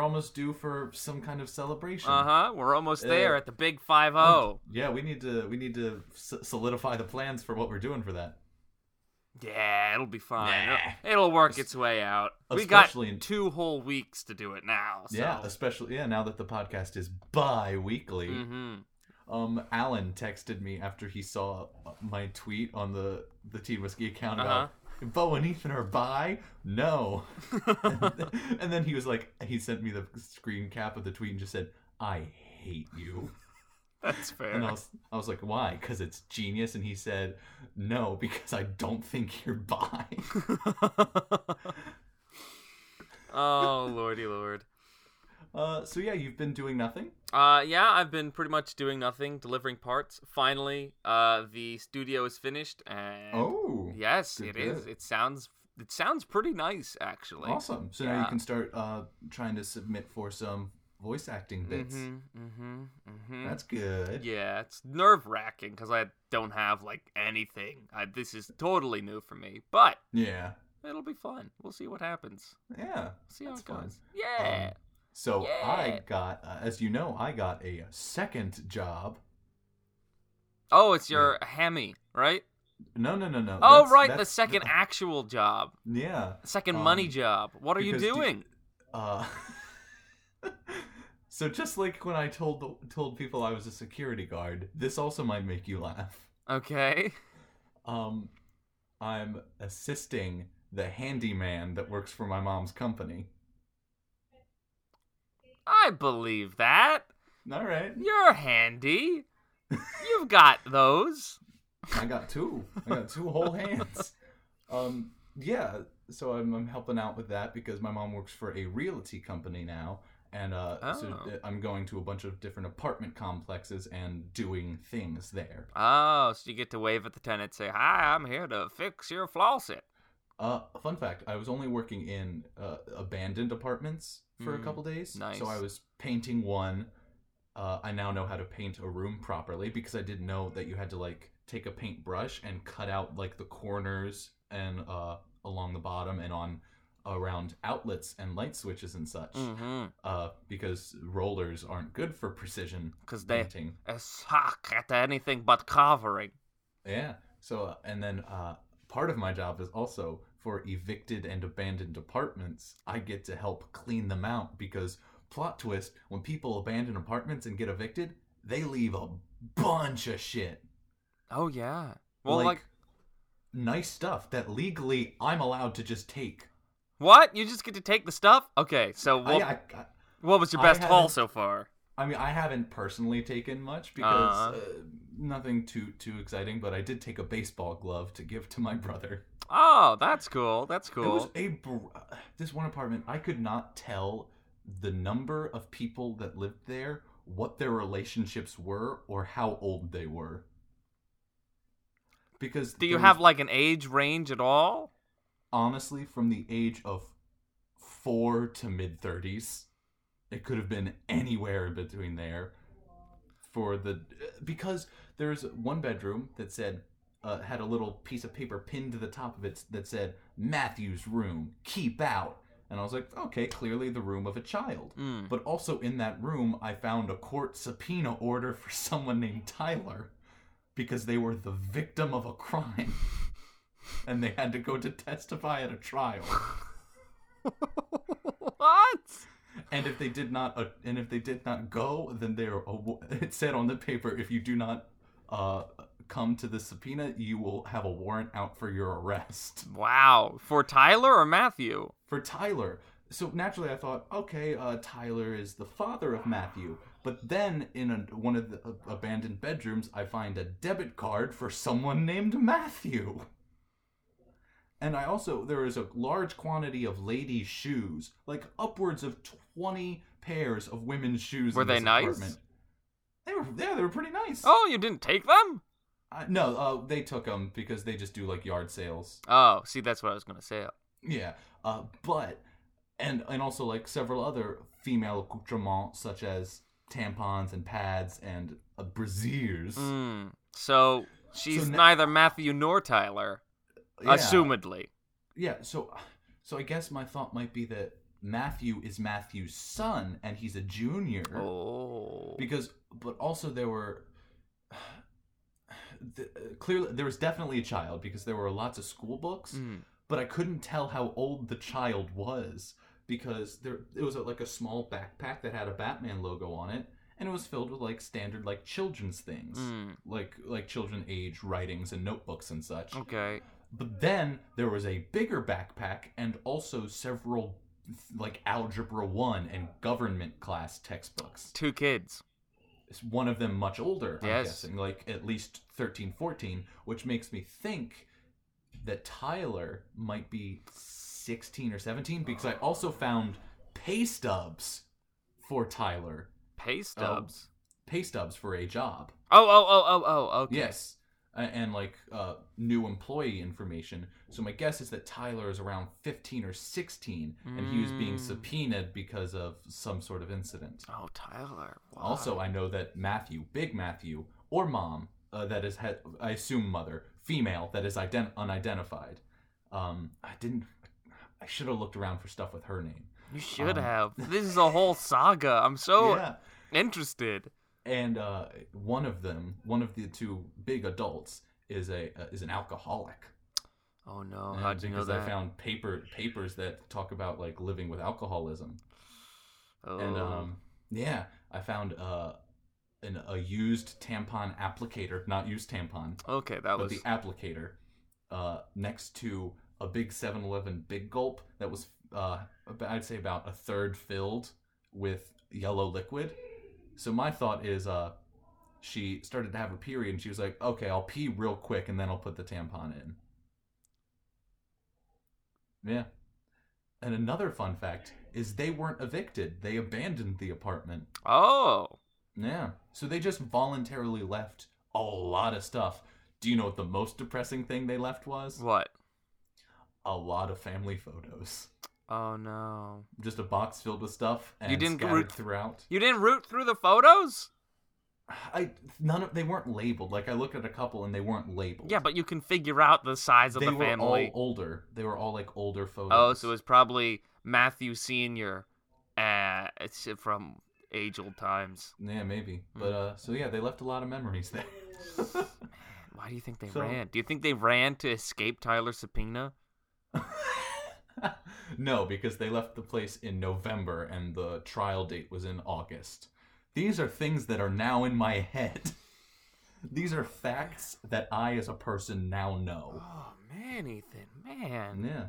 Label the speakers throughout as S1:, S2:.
S1: almost due for some kind of celebration.
S2: Uh huh. We're almost
S1: Uh,
S2: there at the big five zero.
S1: Yeah, we need to we need to s- solidify the plans for what we're doing for that.
S2: Yeah, it'll be fine.
S1: Nah.
S2: It'll, it'll work its way out. We got
S1: Especially in-
S2: two whole weeks to do it now. So.
S1: Yeah, especially yeah, now that the podcast is bi-weekly.
S2: Mm-hmm.
S1: Um Alan texted me after he saw my tweet on the the Tea Whiskey account about
S2: Uh-huh.
S1: Bo and Ethan are bi? No. and then he was like he sent me the screen cap of the tweet and just said, "I hate you."
S2: That's fair.
S1: And I was, I was like, why? Because it's genius. And he said, no, because I don't think you're bi.
S2: oh lordy lord.
S1: Uh, so yeah, you've been doing nothing.
S2: Uh, yeah, I've been pretty much doing nothing, delivering parts. Finally, uh, the studio is finished, and
S1: Oh,
S2: yes,
S1: good,
S2: it is.
S1: good.
S2: It sounds it sounds pretty nice actually.
S1: awesome. So now you
S2: yeah.
S1: can start uh, trying to submit for some voice acting bits.
S2: Mm-hmm, mm-hmm, mm-hmm.
S1: That's good.
S2: Yeah, it's nerve wracking because I don't have like anything. I, this is totally new for me, but
S1: Yeah.
S2: it'll be fun. We'll see what happens.
S1: Yeah.
S2: See how
S1: That's
S2: it goes.
S1: fun.
S2: Yeah.
S1: Um, So I
S2: Yeah.
S1: got, uh, as you know, I got a second job.
S2: oh, it's your hammy, right?
S1: No, no, no, no.
S2: Oh,
S1: that's-
S2: right, the
S1: that's-
S2: second actual job,
S1: Yeah.
S2: second
S1: Um,
S2: money job. What are you
S1: because do-
S2: doing?
S1: Uh, so just like when I told told people I was a security guard, this also might make you laugh.
S2: Okay.
S1: Um, I'm assisting the handyman that works for my mom's company.
S2: I believe that.
S1: All right,
S2: You're handy. You've got those.
S1: I got two. I got two whole hands. Um, yeah. So I'm, I'm helping out with that because my mom works for a realty company now, and uh, so
S2: Oh.
S1: I'm going to a bunch of different apartment complexes and doing things there.
S2: Oh, so you get to wave at the tenant, say, "Hi, I'm here to fix your faucet."
S1: Uh, fun fact: I was only working in uh, abandoned apartments for a
S2: Mm,
S1: couple days,
S2: nice.
S1: so I was painting one. Uh, I now know how to paint a room properly because I didn't know that you had to like take a paintbrush and cut out like the corners and uh, along the bottom and on around outlets and light switches and such,
S2: Mm-hmm.
S1: uh, because rollers aren't good for precision
S2: Because they eh,
S1: painting.
S2: suck at anything but covering.
S1: Yeah. So, uh, and then uh, part of my job is also for evicted and abandoned apartments. I get to help clean them out because, plot twist, when people abandon apartments and get evicted, they leave a bunch of shit.
S2: Oh yeah. Well, like,
S1: nice stuff that legally I'm allowed to just take.
S2: what? You just get to take the stuff? Okay. So
S1: I-
S2: what?
S1: I, I,
S2: what was your
S1: I
S2: best haul
S1: haven't-
S2: so far?
S1: I mean, I haven't personally taken much because uh,
S2: Uh-huh.
S1: nothing too too exciting, but I did take a baseball glove to give to my brother.
S2: Oh, that's cool. That's
S1: It was
S2: cool.
S1: a br- this one apartment. I could not tell the number of people that lived there, what their relationships were, or how old they were. Because
S2: Do you
S1: there
S2: have
S1: was
S2: like an age range at all?
S1: honestly from the age of four to mid thirties? It could have been anywhere between there. For the because there's one bedroom that said uh, had a little piece of paper pinned to the top of it that said Matthew's room, keep out. And I was like, okay, clearly the room of a child.
S2: Mm.
S1: But also in that room, I found a court subpoena order for someone named Tyler because they were the victim of a crime and they had to go to testify at a trial.
S2: what?
S1: And if they did not, uh, and if they did not go, then they are. awa- It said on the paper, if you do not uh, come to the subpoena, you will have a warrant out for your arrest.
S2: Wow. For Tyler or Matthew?
S1: for Tyler. So naturally, I thought, okay, uh, Tyler is the father of Matthew. But then, in a, one of the uh, abandoned bedrooms, I find a debit card for someone named Matthew. And I also there is a large quantity of ladies' shoes, like upwards of twenty pairs of women's shoes.
S2: Were
S1: in
S2: they
S1: this
S2: nice?
S1: Apartment. They were, yeah, they were pretty nice.
S2: Oh, you didn't take them?
S1: I, no, uh, they took them because they just do like yard sales.
S2: Oh, see, that's what I was gonna say.
S1: Yeah, uh, but and and also like several other female accoutrements such as tampons and pads and uh, brasiers.
S2: Mm. So she's
S1: na-
S2: neither Matthew nor Tyler,
S1: Yeah.
S2: assumedly.
S1: Yeah. So, so I guess my thought might be that Matthew is Matthew's son and he's a junior.
S2: Oh.
S1: Because, but also there were the, uh, clearly there was definitely a child because there were lots of school books,
S2: Mm.
S1: but I couldn't tell how old the child was because there it was a, like a small backpack that had a Batman logo on it, and it was filled with like standard like children's things,
S2: Mm.
S1: like like children age writings and notebooks and such.
S2: Okay.
S1: But then there was a bigger backpack and also several like algebra 1 and government class textbooks
S2: Two kids.
S1: is one of them much older i'm
S2: Yes.
S1: guessing like at least 13 14 which makes me think that tyler might be 16 or 17 because i also found pay stubs for tyler
S2: Pay stubs.
S1: pay stubs for a job
S2: Oh, oh, oh, oh, oh. Okay.
S1: yes A- and like uh, new employee information so my guess is that tyler is around 15 or 16 and he was being
S2: Mm.
S1: subpoenaed because of some sort of incident
S2: Oh, Tyler. Wow.
S1: Also, I know that Matthew, Big Matthew, or Mom, uh, that is, he- I assume mother, female, that is ident- unidentified. Um, I didn't. I should have looked around for stuff with her name.
S2: you should
S1: um,
S2: have. This is a whole saga. I'm so
S1: yeah.
S2: interested.
S1: And uh, one of them, one of the two big adults, is a uh, is an alcoholic.
S2: Oh no!
S1: And
S2: How'd you know
S1: because
S2: that?
S1: I found paper papers that talk about like living with alcoholism.
S2: oh.
S1: And um, yeah, I found uh, an, a used tampon applicator, not used tampon,
S2: Oh. okay, that
S1: but
S2: was.
S1: the applicator uh, next to a big 7-Eleven big gulp that was uh, ab- I'd say about a third filled with yellow liquid. So my thought is uh, she started to have a period and she was like, "Okay, I'll pee real quick and then I'll put the tampon in." Yeah. And another fun fact is they weren't evicted. They abandoned the apartment.
S2: Oh.
S1: Yeah. So they just voluntarily left a lot of stuff. Do you know what the most depressing thing they left was?
S2: What?
S1: A lot of family photos.
S2: Oh no!
S1: Just a box filled with stuff and
S2: You didn't go-
S1: scattered throughout.
S2: You didn't root through the photos?
S1: I none of they weren't labeled. Like I looked at a couple and they weren't labeled.
S2: Yeah, but you can figure out the size of
S1: they
S2: the
S1: were
S2: family.
S1: all older. They were all like older photos.
S2: oh, so it was probably Matthew Senior, uh, it's from age old times.
S1: yeah, maybe.
S2: Hmm.
S1: But uh, so yeah, they left a lot of memories there.
S2: Why do you think they
S1: So-
S2: ran? Do you think they ran to escape Tyler subpoena?
S1: no, because they left the place in November and the trial date was in August. These are things that are now in my head. These are facts that I, as a person, now know.
S2: Oh man, Ethan, man.
S1: Yeah.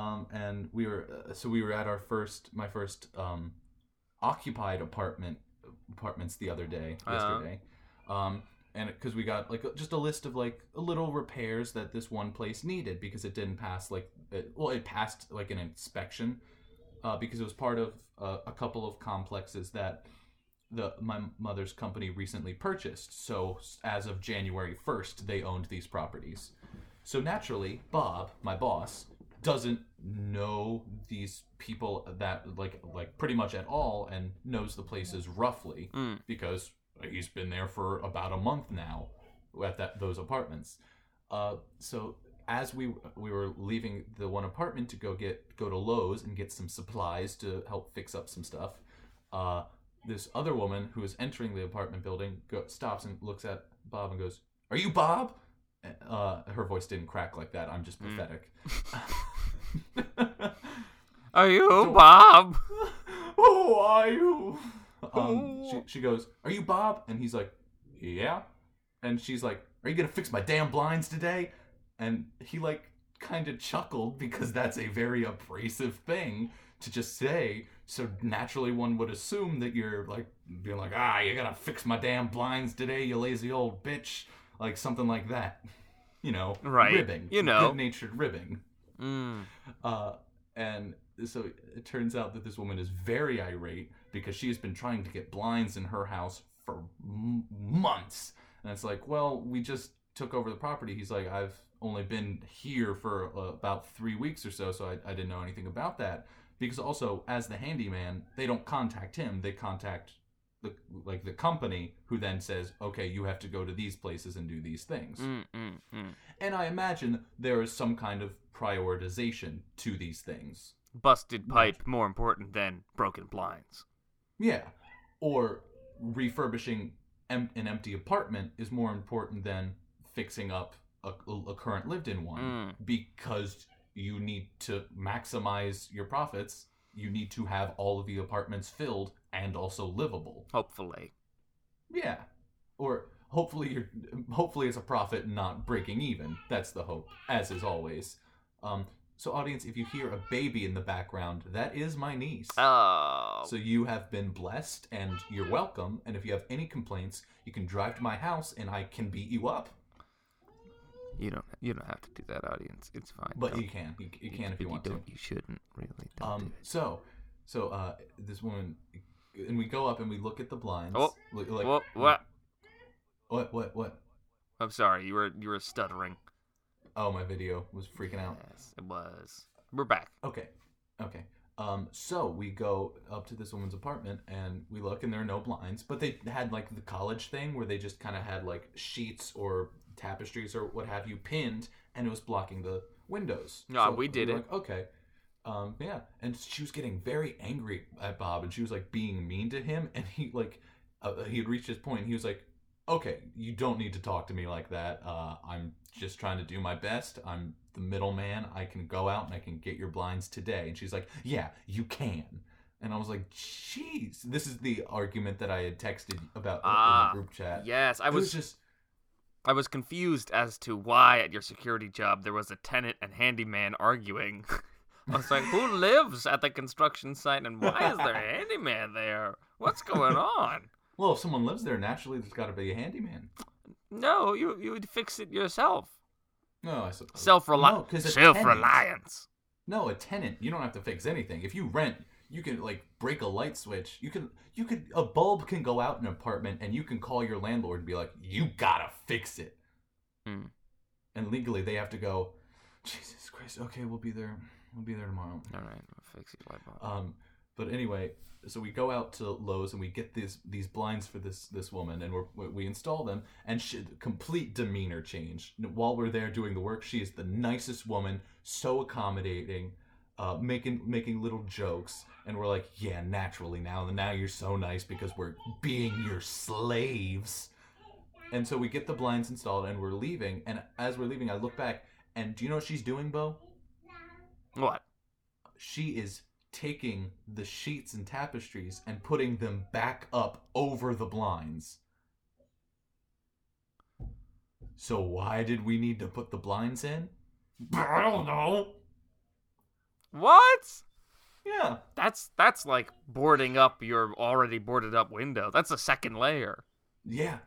S1: Um, and we were uh, so we were at our first, my first um, occupied apartment apartments the other day,
S2: Uh-huh.
S1: yesterday. Um, and because we got like just a list of like little repairs that this one place needed because it didn't pass like it, well it passed like an inspection uh, because it was part of uh, a couple of complexes that the my mother's company recently purchased. So as of January first, they owned these properties. So naturally, Bob, my boss, doesn't know these people that like like pretty much at all, and knows the places roughly
S2: Mm.
S1: because he's been there for about a month now at that those apartments. Uh, so as we we were leaving the one apartment to go get go to Lowe's and get some supplies to help fix up some stuff, uh, this other woman who is entering the apartment building go, stops and looks at Bob and goes, "Are you Bob?" Uh, her voice didn't crack like that. I'm just pathetic.
S2: Are you Bob?
S1: Who are you? Um,
S2: Who?
S1: she, she goes, Are you Bob? And he's like, Yeah. And she's like, Are you going to fix my damn blinds today? And he, like, kind of chuckled because that's a very abrasive thing to just say. So naturally, one would assume that you're, like, being like, Ah, you're going to fix my damn blinds today, you lazy old bitch. Like, something like that. You know,
S2: Right.
S1: ribbing.
S2: You know.
S1: Good natured ribbing.
S2: Mm.
S1: Uh, and so it turns out that this woman is very irate because she has been trying to get blinds in her house for m- months. And it's like, well, we just took over the property. He's like, I've only been here for uh, about three weeks or so, so I, I didn't know anything about that. Because also, as the handyman, they don't contact him; they contact the like the company, who then says, "Okay, you have to go to these places and do these things."
S2: Mm, mm, mm.
S1: And I imagine there is some kind of prioritization to these things.
S2: busted pipe more important than broken blinds.
S1: Yeah. Or refurbishing em- an empty apartment is more important than fixing up a, a current lived in one
S2: Mm.
S1: because you need to maximize your profits. You need to have all of the apartments filled and also livable.
S2: Hopefully.
S1: Yeah. Or hopefully you're hopefully it's a profit not breaking even. That's the hope, as is always. Um so audience, if you hear a baby in the background, that is my niece.
S2: Oh.
S1: So you have been blessed and you're welcome. And if you have any complaints, you can drive to my house and I can beat you up.
S2: you don't you don't have to do that, audience. It's fine.
S1: But
S2: Don't-
S1: you can. You, you can if you want to.
S2: don't. You shouldn't really. Don't do
S1: Um,
S2: it.
S1: so, so uh, this woman, and we go up and we look at the blinds.
S2: Oh.
S1: Look- like,
S2: Wha- what?
S1: What? What? What?
S2: I'm sorry. You were you were stuttering.
S1: Oh, my video was freaking out.
S2: Yes, it was. We're back.
S1: Okay, okay. Um, so we go up to this woman's apartment and we look, and there are no blinds, but they had like the college thing where they just kind of had like sheets or tapestries or what have you pinned, and it was blocking the windows.
S2: No, we did
S1: were
S2: it.
S1: Like, okay. Um, yeah, and she was getting very angry at Bob, and she was like being mean to him, and he like uh, he had reached his point. And he was like, "Okay, you don't need to talk to me like that. Uh, I'm just trying to do my best. I'm the middleman. I can go out and I can get your blinds today." And she's like, "Yeah, you can." And I was like, "Jeez, this is the argument that I had texted about
S2: Ah,
S1: in the group chat."
S2: Yes, I
S1: It was
S2: was
S1: just
S2: I was confused as to why at your security job there was a tenant and handyman arguing. I was like, who lives at the construction site and why is there a handyman there? What's going on?
S1: well, if someone lives there, naturally, there's got to be a handyman.
S2: No, you you would fix it yourself.
S1: No, Oh, I suppose
S2: Self
S1: No,
S2: reliance.
S1: 'cause a
S2: Self
S1: tenant-
S2: reliance.
S1: No, a tenant, you don't have to fix anything. If you rent, you can like break a light switch. You can you could a bulb can go out in an apartment and you can call your landlord and be like, "You got to fix it."
S2: Hmm.
S1: And legally they have to go, "Jesus Christ, okay, we'll be there. We'll be there tomorrow."
S2: All right, I'll fix your light bulb.
S1: Um, but anyway, so we go out to Lowe's and we get these these blinds for this this woman, and we're, we- we install them. And she, complete demeanor change while we're there doing the work. She is the nicest woman, so accommodating, uh, making making little jokes, and we're like, yeah, naturally now, and now you're so nice because we're being your slaves. And so we get the blinds installed, and we're leaving. And as we're leaving, I look back, and do you know what she's doing, Bo?
S2: what?
S1: she is taking the sheets and tapestries and putting them back up over the blinds. So why did we need to put the blinds in? I don't know.
S2: What?
S1: Yeah.
S2: That's that's like boarding up your already boarded up window. That's a second layer.
S1: Yeah.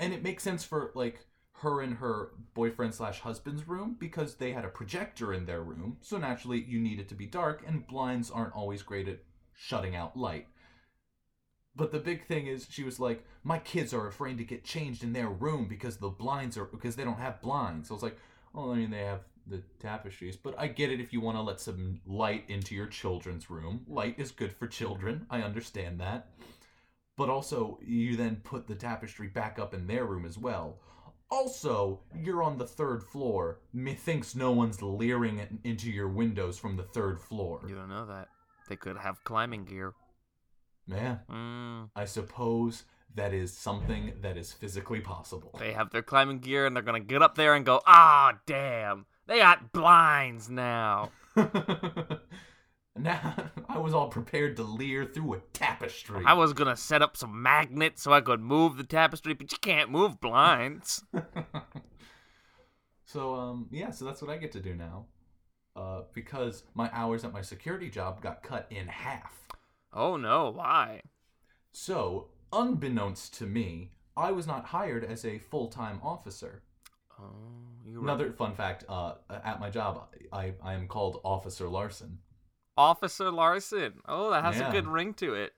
S1: And it makes sense for like her and her boyfriend slash husband's room because they had a projector in their room, so naturally you need it to be dark, and blinds aren't always great at shutting out light. But the big thing is she was like, My kids are afraid to get changed in their room because the blinds are because they don't have blinds. So it's like, well, I mean they have the tapestries, but I get it if you want to let some light into your children's room. Light is good for children. I understand that but also you then put the tapestry back up in their room as well. Also, you're on the third floor. Methinks no one's leering in- into your windows from the third floor.
S2: You don't know that. They could have climbing gear.
S1: Yeah,
S2: Mm.
S1: I suppose that is something that is physically possible.
S2: They have their climbing gear and they're gonna get up there and go, ah, damn, they got blinds now.
S1: now, I was all prepared to leer through a tapestry.
S2: I was gonna set up some magnets so I could move the tapestry, but you can't move blinds.
S1: so um yeah, so that's what I get to do now. Uh, because my hours at my security job got cut in half.
S2: oh no, why?
S1: So, unbeknownst to me, I was not hired as a full time officer.
S2: Oh, you were
S1: Another fun fact uh, at my job, I, I am called Officer Larson.
S2: Officer Larson. Oh, that has
S1: Yeah.
S2: a good ring to it.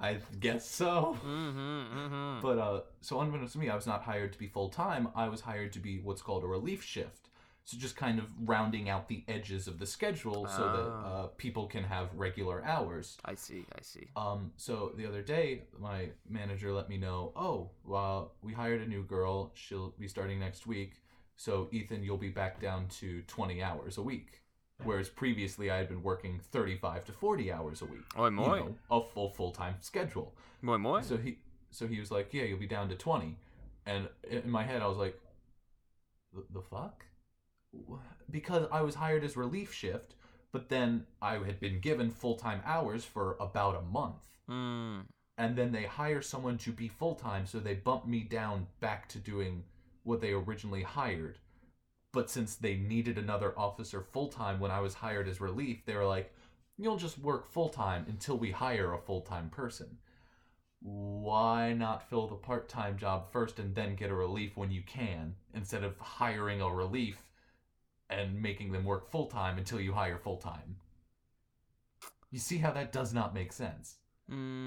S1: I guess so.
S2: Mm-hmm. mm-hmm.
S1: But uh, so, unbeknownst to me, I was not hired to be full time. I was hired to be what's called a relief shift. So, just kind of rounding out the edges of the schedule so that
S2: Ah.
S1: uh, people can have regular hours.
S2: I see. I see.
S1: Um, so the other day, my manager let me know, oh, well, we hired a new girl. She'll be starting next week. So Ethan, you'll be back down to 20 hours a week. whereas previously I had been working 35 to 40 hours a week.
S2: Oi,
S1: You
S2: moi.
S1: know, a full full time schedule.
S2: Moi, moi.
S1: So he so he was like, "Yeah, you'll be down to 20." And in my head I was like, "The, the fuck?" Wha- Because I was hired as relief shift, but then I had been given full-time hours for about a month.
S2: Mm.
S1: And then they hire someone to be full-time, so they bump me down back to doing what they originally hired. But since they needed another officer full-time when I was hired as relief, they were like, "You'll just work full-time until we hire a full-time person." why not fill the part time job first and then get a relief when you can, instead of hiring a relief and making them work full time until you hire full time? You see how that does not make sense.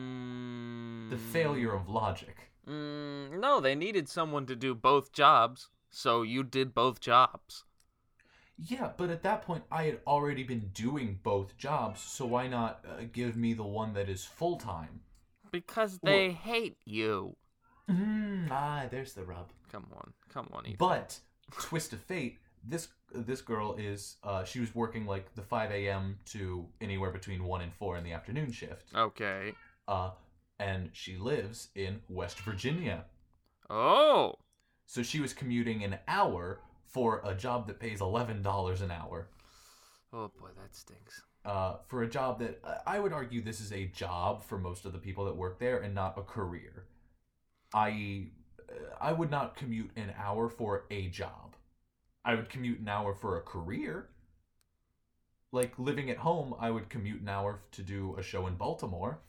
S2: Mm.
S1: The failure of logic.
S2: Mm, no, they needed someone to do both jobs, so you did both jobs.
S1: Yeah, but at that point, I had already been doing both jobs, so why not uh, give me the one that is full time?
S2: Because
S1: Well-
S2: they hate you.
S1: Mm, ah, there's the rub.
S2: Come on, come on, Ethan.
S1: But twist of fate, this this girl is uh, she was working like the five a.m. to anywhere between one and four in the afternoon shift,
S2: Okay.
S1: uh, and she lives in West Virginia,
S2: Oh,
S1: so she was commuting an hour for a job that pays eleven dollars an hour.
S2: oh boy, that stinks.
S1: Uh, for a job that I- I would argue this is a job for most of the people that work there and not a career. I uh, I would not commute an hour for a job. I would commute an hour for a career. Like living at home, I would commute an hour to do a show in Baltimore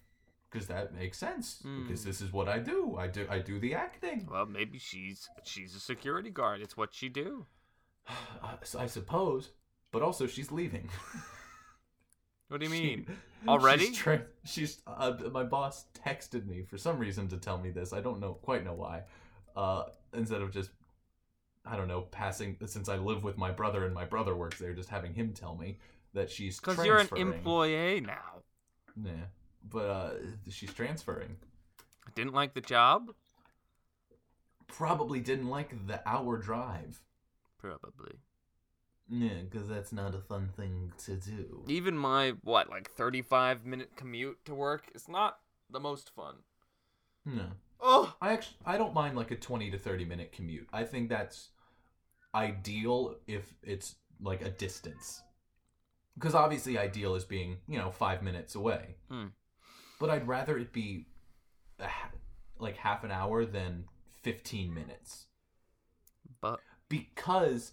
S1: because that makes sense because
S2: Mm.
S1: this is what I do. I do I do the acting.
S2: Well, maybe she's she's a security guard. It's what she do.
S1: So I suppose, but also she's leaving.
S2: What do you
S1: She-
S2: mean? Already?
S1: She's, tra- she's uh, my boss texted me for some reason to tell me this. I don't know quite know why. Uh, instead of just I don't know passing since I live with my brother and my brother works there, just having him tell me that she's
S2: Because you're an
S1: transferring.
S2: employee now.
S1: Yeah, but uh, she's transferring.
S2: Didn't like the job?
S1: Probably didn't like the hour drive.
S2: Probably.
S1: Yeah, because that's not a fun thing to do.
S2: Even my what, like 35 minute commute to work is not the most fun.
S1: No.
S2: Oh,
S1: I actually I don't mind like a 20 to 30 minute commute. I think that's ideal if it's like a distance. Cuz obviously ideal is being, you know, 5 minutes away.
S2: Hmm.
S1: But I'd rather it be a ha- like half an hour than 15 minutes
S2: but
S1: because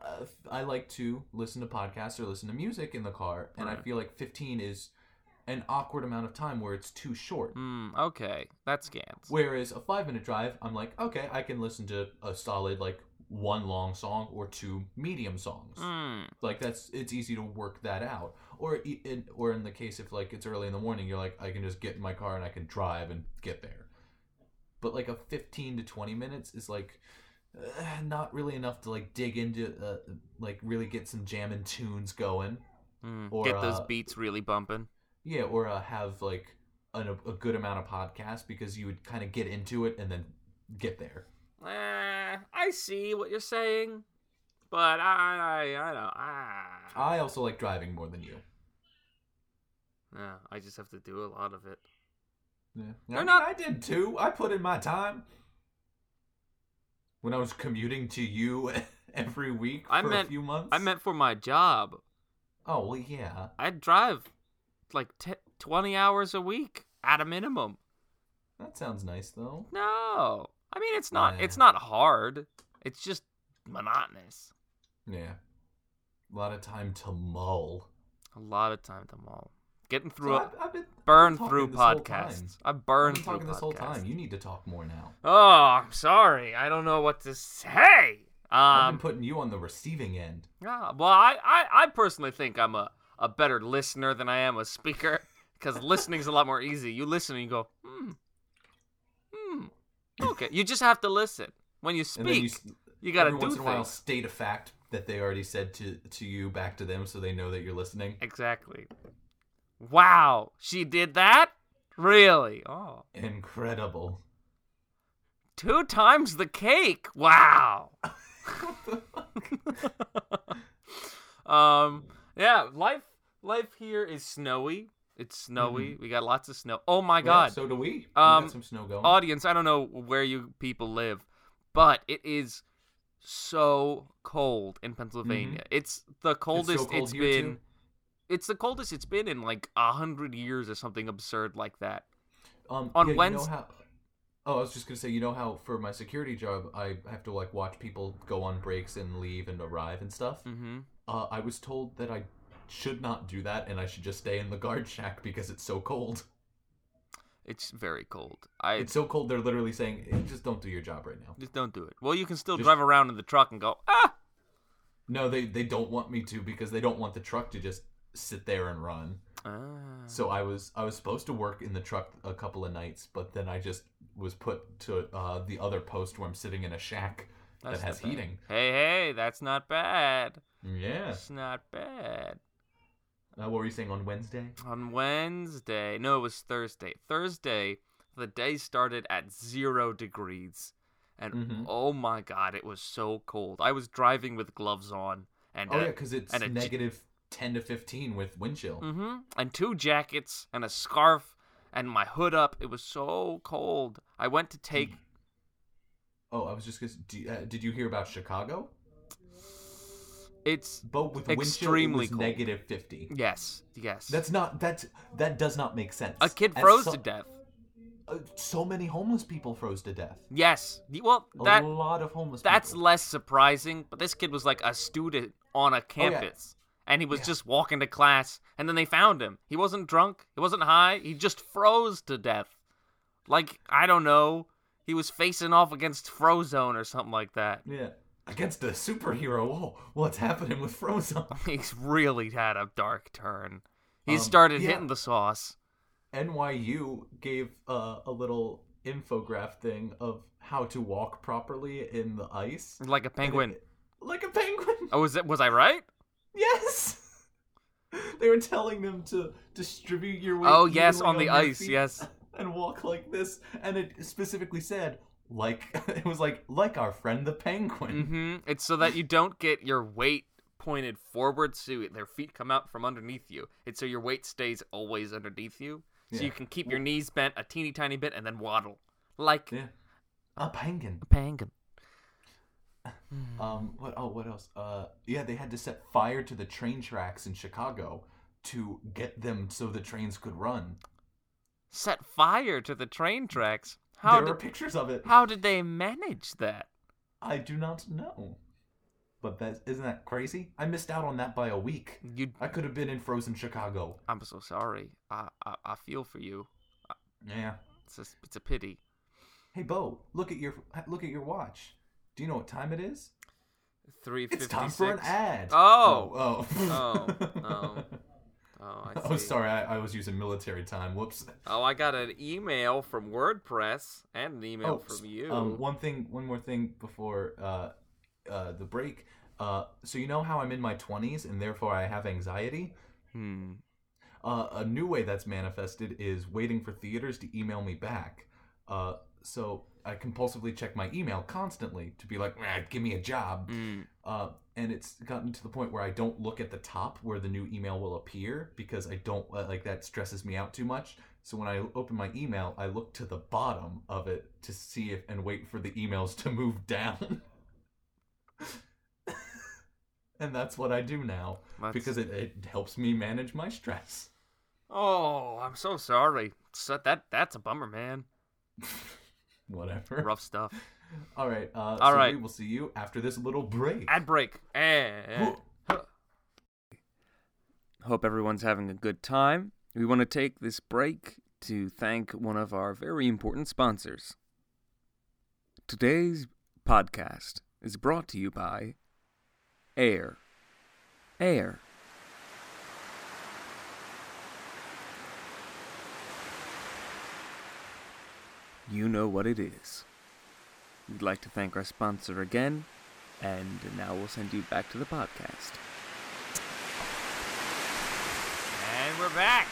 S1: uh, I like to listen to podcasts or listen to music in the car and I
S2: Right.
S1: feel like 15 is an awkward amount of time where it's too short.
S2: mm, okay, that scans.
S1: Whereas a five minute drive, I'm like, okay, I can listen to a solid like one long song or two medium songs.
S2: Mm,
S1: Like that's it's easy to work that out. Or e- in, or in the case if like it's early in the morning, you're like, I can just get in my car and I can drive and get there. But like a 15 to 20 minutes is like uh, not really enough to like dig into uh, like really get some jamming tunes going.
S2: mm.
S1: Or,
S2: Get those
S1: uh,
S2: beats really bumping.
S1: Yeah, or uh, have like an, a good amount of podcasts because you would kind of get into it and then get there.
S2: Ah, I see what you're saying, but I, I, I don't. Ah.
S1: I also like driving more than you.
S2: Yeah, I just have to do a lot of it.
S1: Yeah. I,
S2: They're
S1: mean,
S2: not-
S1: I did too. I put in my time when I was commuting to you every week for
S2: I
S1: a
S2: meant-
S1: few months.
S2: I meant for my job.
S1: Oh well, yeah.
S2: I drive like t- 20 hours a week at a minimum.
S1: That sounds nice though.
S2: No, I mean it's not.
S1: Yeah.
S2: It's not hard. It's just monotonous.
S1: Yeah. A lot of time to mull.
S2: A lot of time to mull. Getting
S1: So
S2: through,
S1: I've, I've been
S2: burn
S1: talking
S2: through
S1: this whole time.
S2: podcasts. I
S1: I've
S2: burn
S1: been
S2: through
S1: talking this whole time.
S2: podcasts.
S1: You need to talk more now.
S2: Oh, I'm sorry. I don't know what to say.
S1: I've
S2: Um,
S1: been putting you on the receiving end.
S2: Yeah, Ah, well, I, I, I personally think I'm a, a better listener than I am a speaker because listening's a lot more easy. You listen and you go, hmm, hmm, okay. You just have to listen. When you
S1: And then
S2: speak,
S1: you
S2: you,
S1: s-
S2: gotta
S1: every
S2: do
S1: once in a while
S2: things.
S1: state a fact that they already said to to you back to them so they know that you're listening.
S2: Exactly. Wow, she did that? Really? Oh,
S1: Incredible.
S2: two times the cake. Wow. um, Yeah, life life here is snowy. It's snowy.
S1: Mm-hmm.
S2: We got lots of snow. Oh my god.
S1: so do we. We
S2: Um,
S1: got some snow going.
S2: Audience, I don't know where you people live, but it is so cold in Pennsylvania. It's the coldest
S1: Mm-hmm. it's so cold
S2: it's
S1: here,
S2: been.
S1: too.
S2: It's the coldest it's been in like a hundred years or something absurd like that.
S1: Um,
S2: on
S1: yeah, you know
S2: Wednes-
S1: how- oh, I was just gonna say, you know how for my security job, I have to like watch people go on breaks and leave and arrive and stuff.
S2: Mm-hmm.
S1: Uh, I was told that I should not do that and I should just stay in the guard shack because it's so cold.
S2: It's very cold. I
S1: It's so cold. They're literally saying, "Eh, just don't do your job right now.
S2: just don't do it. Well, you can still
S1: Just-
S2: drive around in the truck and go ah.
S1: No, they they don't want me to because they don't want the truck to just sit there and run.
S2: Ah.
S1: So I was I was supposed to work in the truck a couple of nights, but then I just was put to uh, the other post where I'm sitting in a shack
S2: That's
S1: that has
S2: not bad.
S1: heating.
S2: Hey, hey, that's not bad.
S1: Yeah.
S2: It's not bad.
S1: Uh, what were you saying on Wednesday?
S2: On Wednesday, no, it was Thursday. Thursday, the day started at zero degrees, and
S1: Mhm.
S2: oh my god, it was so cold. I was driving with gloves on, and
S1: Oh
S2: uh,
S1: yeah, because it's
S2: and a j-
S1: negative ten to fifteen with wind chill.
S2: hmm And two jackets and a scarf and my hood up. It was so cold. I went to
S1: Mm.
S2: take.
S1: Oh, I was just gonna. Do, uh, did you hear about Chicago?
S2: It's
S1: But with wind chill, it
S2: Extremely
S1: was
S2: cold.
S1: negative fifty.
S2: yes, yes.
S1: That's not that's that does not make sense.
S2: a kid
S1: As
S2: froze
S1: so,
S2: to death.
S1: uh, so many homeless people froze to death.
S2: Yes. Y- Well,
S1: A
S2: that
S1: lot of homeless.
S2: that's
S1: people.
S2: less surprising. But this kid was like a student on a campus, and he was
S1: Oh, Yeah.
S2: just walking to class, and then they found him. He wasn't drunk. He wasn't high. He just froze to death. Like I don't know. He was facing off against Frozone or something like that.
S1: yeah against a superhero. Whoa, what's happening with Frozone?
S2: He's really had a dark turn. He
S1: Um,
S2: started
S1: yeah.
S2: hitting the sauce.
S1: NYU gave uh, a little infograph thing of how to walk properly in the ice,
S2: Like a penguin.
S1: like a penguin.
S2: Oh, was it? Was I right?
S1: Yes. They were telling them to distribute your weight.
S2: Oh yes,
S1: evenly
S2: on the
S1: your
S2: ice.
S1: feet
S2: Yes.
S1: And walk like this, and it specifically said like it was like like our friend the penguin.
S2: hmm It's so that you don't get your weight pointed forward, so their feet come out from underneath you. It's so your weight stays always underneath you, so
S1: Yeah.
S2: you can keep your knees bent a teeny tiny bit and then waddle like
S1: Yeah. A penguin.
S2: a penguin.
S1: Um. What? Oh, what else? Uh. Yeah, they had to set fire to the train tracks in Chicago to get them so the trains could run.
S2: Set fire to the train tracks. How
S1: there are
S2: did,
S1: pictures of it.
S2: how did they manage that?
S1: I do not know. But that isn't that crazy? I missed out on that by a week.
S2: You,
S1: I could have been in frozen Chicago.
S2: I'm so sorry. I, I, I feel for you.
S1: Yeah.
S2: It's a, it's a pity.
S1: Hey Bo, look at your look at your watch. Do you know what time it is?
S2: Three fifty
S1: It's
S2: six.
S1: time for an ad.
S2: Oh.
S1: oh, oh,
S2: Oh, Oh, I
S1: Oh,
S2: see.
S1: sorry, I, I was using military time. Whoops.
S2: Oh, I got an email from WordPress and an
S1: Oh,
S2: email
S1: s-
S2: from you.
S1: Um, one thing, one more thing before uh, uh, the break. Uh, so you know how I'm in my 20s and therefore I have anxiety.
S2: hmm.
S1: Uh, a new way that's manifested is waiting for theaters to email me back. Uh, so I compulsively check my email constantly to be like, "Ah, give me a job.
S2: Mm.
S1: Uh, and it's gotten to the point where I don't look at the top where the new email will appear because I don't uh, like that stresses me out too much. So when I open my email, I look to the bottom of it to see if and wait for the emails to move down. and that's what I do now
S2: That's-
S1: because it, it helps me manage my stress.
S2: oh, I'm so sorry. So that that's a bummer, man.
S1: Whatever.
S2: Rough stuff.
S1: All right. Uh,
S2: All
S1: so
S2: right.
S1: We will see you after this little break.
S2: Ad break. Eh. Hope everyone's having a good time. We want to take this break to thank one of our very important sponsors. Today's podcast is brought to you by Air. Air. You know what it is. We'd like to thank our sponsor again, and now we'll send you back to the podcast. And we're back.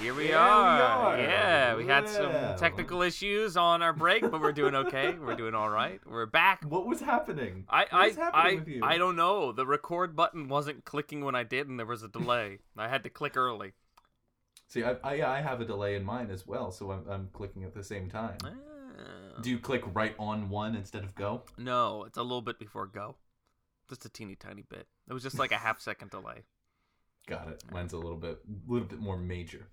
S2: Here we,
S1: Here we
S2: are.
S1: are.
S2: Yeah, we had
S1: Yeah.
S2: some technical issues on our break, but we're doing okay. we're doing all right. We're back.
S1: What was happening?
S2: I
S1: what was
S2: I
S1: happening
S2: I,
S1: with you?
S2: I don't know. The record button wasn't clicking when I did, and there was a delay. I had to click early.
S1: See, I, I I have a delay in mine as well, so I'm I'm clicking at the same time.
S2: Ah.
S1: Do you click right on one instead of go?
S2: No, it's a little bit before go. Just a teeny tiny bit. It was just like a half second delay.
S1: Got it. Mine's a little bit little bit more major.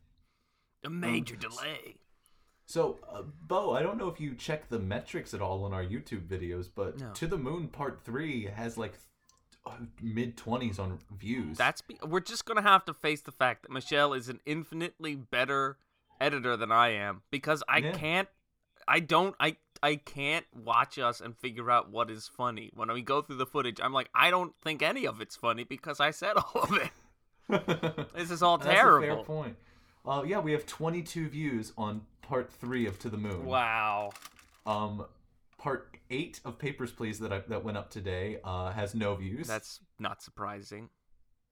S2: A
S1: Mm.
S2: major delay.
S1: So, uh, Bo, I don't know if you check the metrics at all on our YouTube videos, but
S2: No.
S1: To the Moon Part 3 has like oh, mid 20s on views.
S2: That's be- we're just gonna have to face the fact that Michelle is an infinitely better editor than I am because I
S1: Yeah.
S2: can't, I don't, I I can't watch us and figure out what is funny. When we go through the footage, I'm like, I don't think any of it's funny because I said all of it. This is all
S1: That's
S2: terrible.
S1: a fair point. Uh, yeah, we have 22 views on Part 3 of To the Moon.
S2: Wow.
S1: Um, part 8 of Papers, Please, that I, that went up today uh, has no views.
S2: That's not surprising.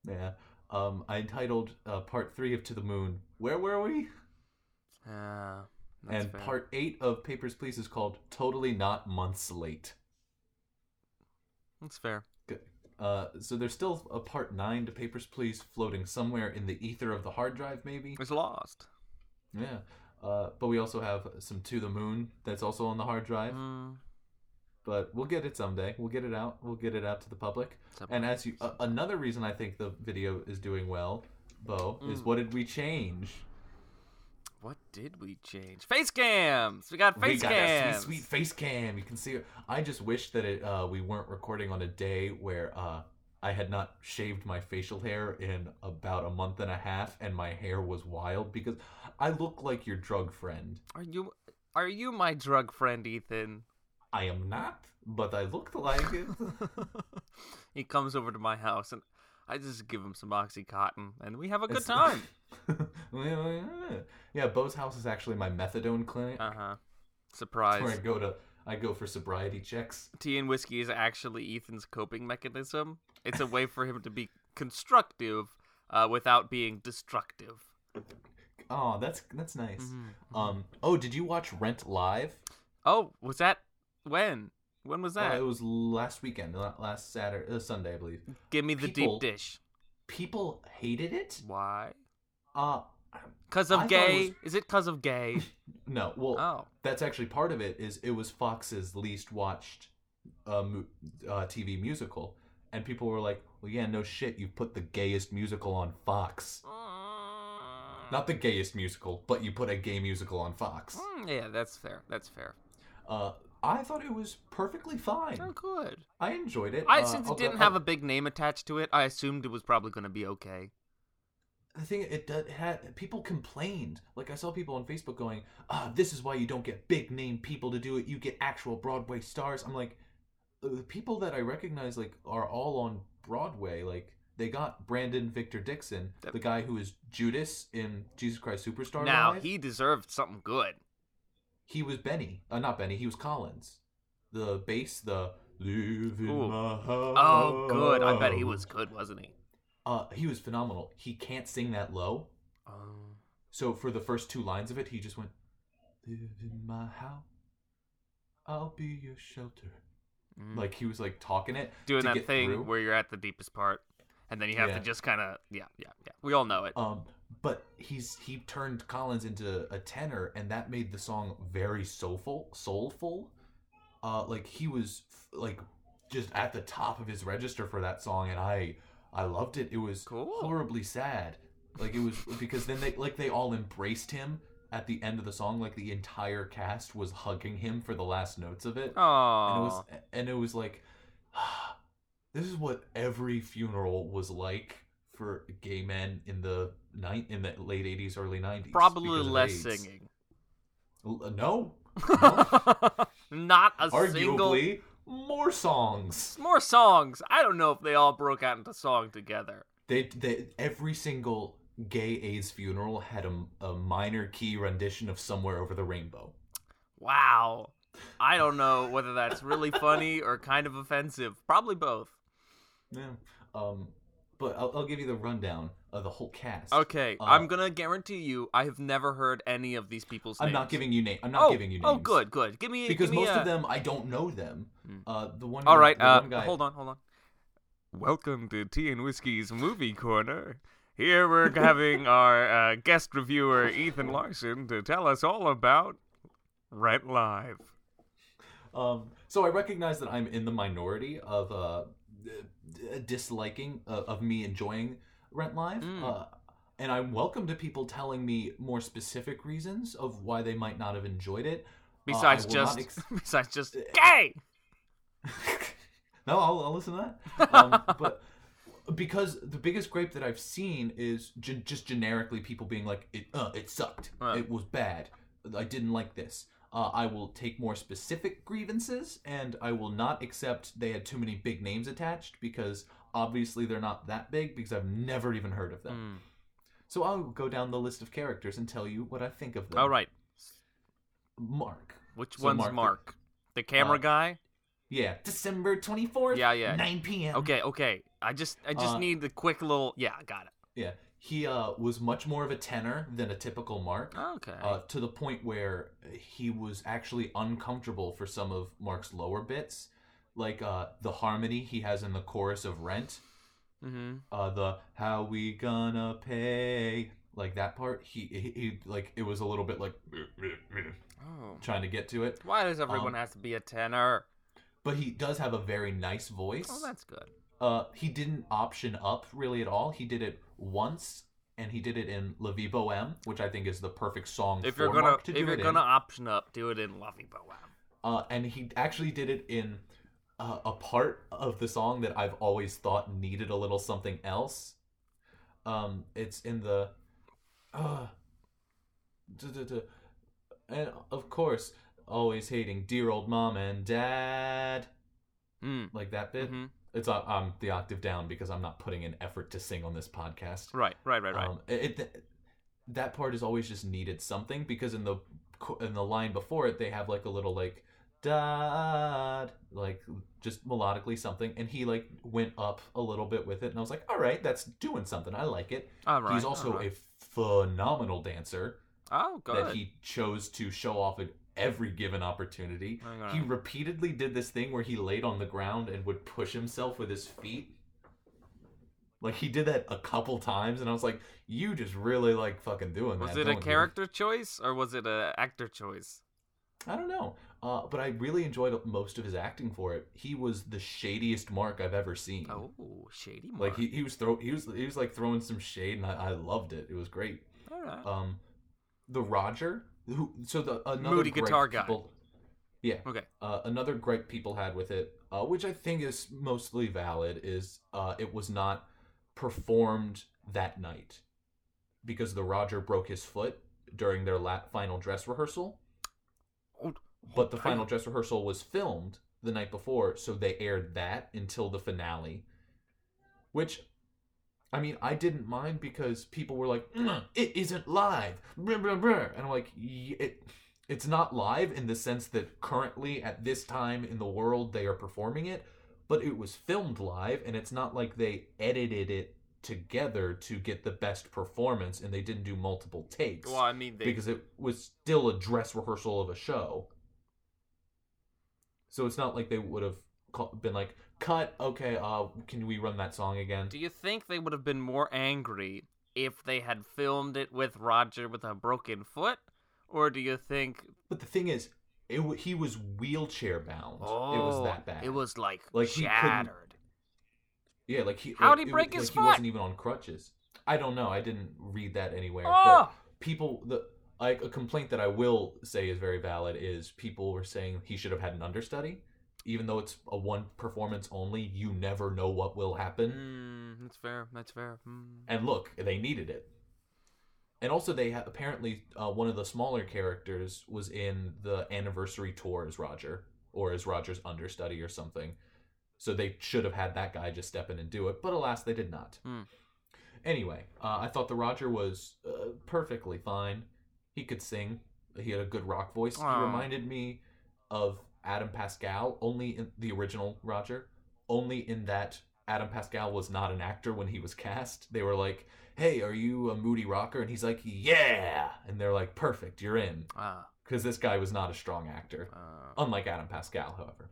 S1: Yeah. Um, I entitled uh, Part 3 of To the Moon, Where Were We?
S2: Uh, that's
S1: and
S2: fair.
S1: Part 8 of Papers, Please is called Totally Not Months Late.
S2: That's fair.
S1: Uh, so there's still a part nine to Papers, Please floating somewhere in the ether of the hard drive, maybe.
S2: It's lost.
S1: Yeah. Uh, but we also have some To the Moon that's also on the hard drive.
S2: Mm,
S1: But we'll get it someday. We'll get it out. We'll get it out to the public.
S2: it's a-
S1: And as you, uh, another reason I think the video is doing well, Bo, is
S2: Mm.
S1: what did we change?
S2: what did we change? Face cams. We got face
S1: we got that
S2: cams.
S1: sweet, sweet face cam. You can see. it. I just wish that it uh, we weren't recording on a day where uh, I had not shaved my facial hair in about a month and a half, and my hair was wild because I look like your drug friend.
S2: Are you are you my drug friend, Ethan?
S1: I am not, but I looked like it.
S2: he comes over to my house and I just give him some oxycontin and we have a good
S1: It's-
S2: time.
S1: yeah, Bo's house is actually my methadone clinic.
S2: Uh huh.
S1: That's where I
S2: Surprise.
S1: go to. I go for sobriety checks.
S2: Tea and whiskey is actually Ethan's coping mechanism. It's a way for him to be constructive uh, without being destructive.
S1: Oh, that's that's nice.
S2: Mhm.
S1: Um. Oh, did you watch Rent live?
S2: Oh, was that when? When was
S1: Uh,
S2: that?
S1: it was last weekend, la- last Saturday, uh, Sunday, I believe.
S2: Give me the
S1: people-
S2: deep dish.
S1: People hated it.
S2: Why?
S1: Uh,
S2: Because of
S1: I thought it
S2: gay? Is it because of gay?
S1: no. Well,
S2: oh,
S1: that's actually part of it. Is it was Fox's least watched uh, mu- uh, TV musical, and people were like, "Well, yeah, no shit, you put the gayest musical on Fox.
S2: Oh.
S1: Not the gayest musical, but you put a gay musical on Fox."
S2: Mm, yeah, that's fair. That's fair.
S1: Uh, I thought it was perfectly fine.
S2: Oh, good.
S1: I enjoyed it.
S2: I
S1: Uh,
S2: since it
S1: although-
S2: didn't have a big name attached to it, I assumed it was probably going to be okay.
S1: the thing it do- it had people complained like i saw people on facebook going uh, this is why you don't get big name people to do it you get actual broadway stars i'm like uh, the people that i recognize like are all on broadway like they got brandon victor dixon
S2: That-
S1: the guy who is judas in jesus christ superstar
S2: Now
S1: Live.
S2: he deserved something good.
S1: he was benny uh, not benny he was collins the bass the live in
S2: Ooh.
S1: my
S2: Oh, good. I bet he
S1: house."
S2: was good, wasn't he?
S1: uh, he was phenomenal he can't sing that low
S2: Um,
S1: So for the first two lines of it, he just went, "Live in my house, I'll be your shelter."
S2: mm.
S1: Like he was like talking it,
S2: doing
S1: to
S2: that
S1: get
S2: thing
S1: through.
S2: where you're at the deepest part, and then you have
S1: Yeah.
S2: to just kind of yeah, yeah, yeah. We all know it.
S1: Um, but he's he turned Collins into a tenor, and that made the song very soulful, soulful. Uh, like he was f- like just at the top of his register for that song, and I I loved it. It was
S2: Cool.
S1: horribly sad. Like it was because then they like they all embraced him at the end of the song. Like the entire cast was hugging him for the last notes of it. And it was
S2: Oh,
S1: and it was like this is what every funeral was like for gay men in the night in the late 80s early 90s
S2: probably
S1: because of
S2: less
S1: AIDS.
S2: singing.
S1: L- uh, no
S2: Not a single.
S1: arguably more songs
S2: More songs. I don't know if they all broke out into song together.
S1: they, they every single gay aids funeral had a, a minor key rendition of somewhere over the rainbow
S2: Wow. I don't know whether that's really funny or kind of offensive. Probably both.
S1: yeah um but I'll, I'll give you the rundown of the whole cast.
S2: Okay,
S1: Uh,
S2: I'm gonna guarantee you, I have never heard any of these people's
S1: I'm
S2: names.
S1: not giving you name. I'm not
S2: oh,
S1: giving you names.
S2: Oh, good, good. Give me
S1: Because
S2: give me
S1: most
S2: a...
S1: of them, I don't know them.
S2: Hmm.
S1: Uh, the one.
S2: All right,
S1: the
S2: uh,
S1: one guy,
S2: hold on, hold on. Welcome to Tea and Whiskey's Movie Corner. Here we're having our uh, guest reviewer Ethan Larson to tell us all about Rent Live.
S1: Uh, Um, so I recognize that I'm in the minority of uh, uh, disliking uh, of me enjoying Rent Live,
S2: Mm.
S1: uh, and I'm welcome to people telling me more specific reasons of why they might not have enjoyed it. Uh, I
S2: Besides
S1: will not
S2: just,
S1: ex-
S2: besides just gay.
S1: no, I'll, I'll listen to that. Um, but because the biggest gripe that I've seen is gen- just generically people being like, it, uh, it sucked.
S2: Right.
S1: It was bad. I didn't like this. Uh, I will take more specific grievances and I will not accept they had too many big names attached because obviously they're not that big because I've never even heard of them.
S2: Mm.
S1: So I'll go down the list of characters and tell you what I think of them.
S2: All right,
S1: Mark.
S2: which
S1: So
S2: one's
S1: Mark-
S2: Mark? The camera
S1: Uh,
S2: guy.
S1: Yeah. December 24th.
S2: Yeah, yeah.
S1: 9 p.m.
S2: Okay, okay. I just, I just
S1: Uh,
S2: need the quick little. Yeah, I got it.
S1: Yeah, he uh, was much more of a tenor than a typical Mark,
S2: Oh, Okay.
S1: uh, to the point where he was actually uncomfortable for some of Mark's lower bits, like uh, the harmony he has in the chorus of Rent,
S2: mm-hmm.
S1: uh, the "How we gonna pay." Like that part, he, he, he like it was a little bit like
S2: Oh.
S1: trying to get to it,
S2: Why does everyone
S1: Um,
S2: have to be a tenor?
S1: but he does have a very nice voice.
S2: Oh, that's good.
S1: uh, he didn't option up really at all. He did it once, and he did it in La Vie Boheme, which I think is the perfect song
S2: If
S1: for
S2: you're gonna,
S1: Mark to
S2: if
S1: do
S2: you're
S1: it in.
S2: gonna option up, do it in Lovey Boam.
S1: Uh, and he actually did it in uh, a part of the song that I've always thought needed a little something else. Um, it's in the. Uh, duh, duh, duh. and of course, always hating dear old mom and dad.
S2: Mm.
S1: Like that bit.
S2: hmm
S1: It's uh, I'm the octave down because I'm not putting in effort to sing on this podcast.
S2: Right, right, right, right.
S1: Um, it, it- that part is always just needed something because in the co- in the line before it they have like a little like dad like just melodically something and he like went up a little bit with it and I was like all right that's doing something I like it.
S2: all right.
S1: He's also
S2: all right.
S1: a phenomenal dancer
S2: oh good.
S1: that he chose to show off at every given opportunity.
S2: Hang on.
S1: He repeatedly did this thing where he laid on the ground and would push himself with his feet. Like he did that a couple times, and I was like, "You just really like fucking doing that."
S2: was it a
S1: don't you?"
S2: character choice or was it a actor choice?
S1: I don't know, uh, but I really enjoyed most of his acting for it. He was the shadiest Mark I've ever seen.
S2: Oh, shady. Mark.
S1: like he, he was throw he was he was like throwing some shade, and I, I loved it. It was great.
S2: All right.
S1: Um, the Roger, who so the another
S2: Moody
S1: gripe
S2: guitar guy.
S1: people- yeah,
S2: okay.
S1: uh, another gripe people had with it, uh, which I think is mostly valid, is uh, it was not performed that night because the Roger broke his foot during their la- final dress rehearsal.
S2: Oh,
S1: But the
S2: I-
S1: final dress rehearsal was filmed the night before, so they aired that until the finale. Which, I mean, I didn't mind because people were like, "Mm, "It isn't live," blah, blah, blah. and I'm like, "Y- "It." It's not live in the sense that currently at this time in the world they are performing it, but it was filmed live and it's not like they edited it together to get the best performance and they didn't do multiple takes
S2: Well, I mean, they,
S1: because it was still a dress rehearsal of a show. So it's not like they would have ca- been like, "Cut, okay, uh, can we run that song again?"
S2: do you think they would have been more angry if they had filmed it with Roger with a broken foot, or do you think
S1: But the thing is, it w- he was wheelchair bound. it was that bad.
S2: Oh, It was like,
S1: Like, he couldn't-
S2: shattered.
S1: yeah, like he.
S2: How'd
S1: like,
S2: he
S1: it was-
S2: break his
S1: like
S2: foot?
S1: He wasn't even on crutches. I don't know. I didn't read that anywhere. But
S2: Oh,
S1: people the like a complaint that I will say is very valid is people were saying he should have had an understudy, even though it's a one performance only. You never know what will happen.
S2: Mm, that's fair. That's fair. Mm.
S1: And look, they needed it. And also, they ha- apparently uh, one of the smaller characters was in the anniversary tour as Roger, or as Roger's understudy or something. So they should have had that guy just step in and do it, but alas, they did not.
S2: Hmm.
S1: Anyway, uh, I thought the Roger was uh, perfectly fine. He could sing. He had a good rock voice. He
S2: Aw.
S1: reminded me of Adam Pascal, only in the original Roger, only in that Adam Pascal was not an actor when he was cast. They were like, "Hey, are you a moody rocker?" And he's like, "Yeah." And they're like, "Perfect, you're in."
S2: Ah,
S1: Because this guy was not a strong actor,
S2: uh,
S1: unlike Adam Pascal, however.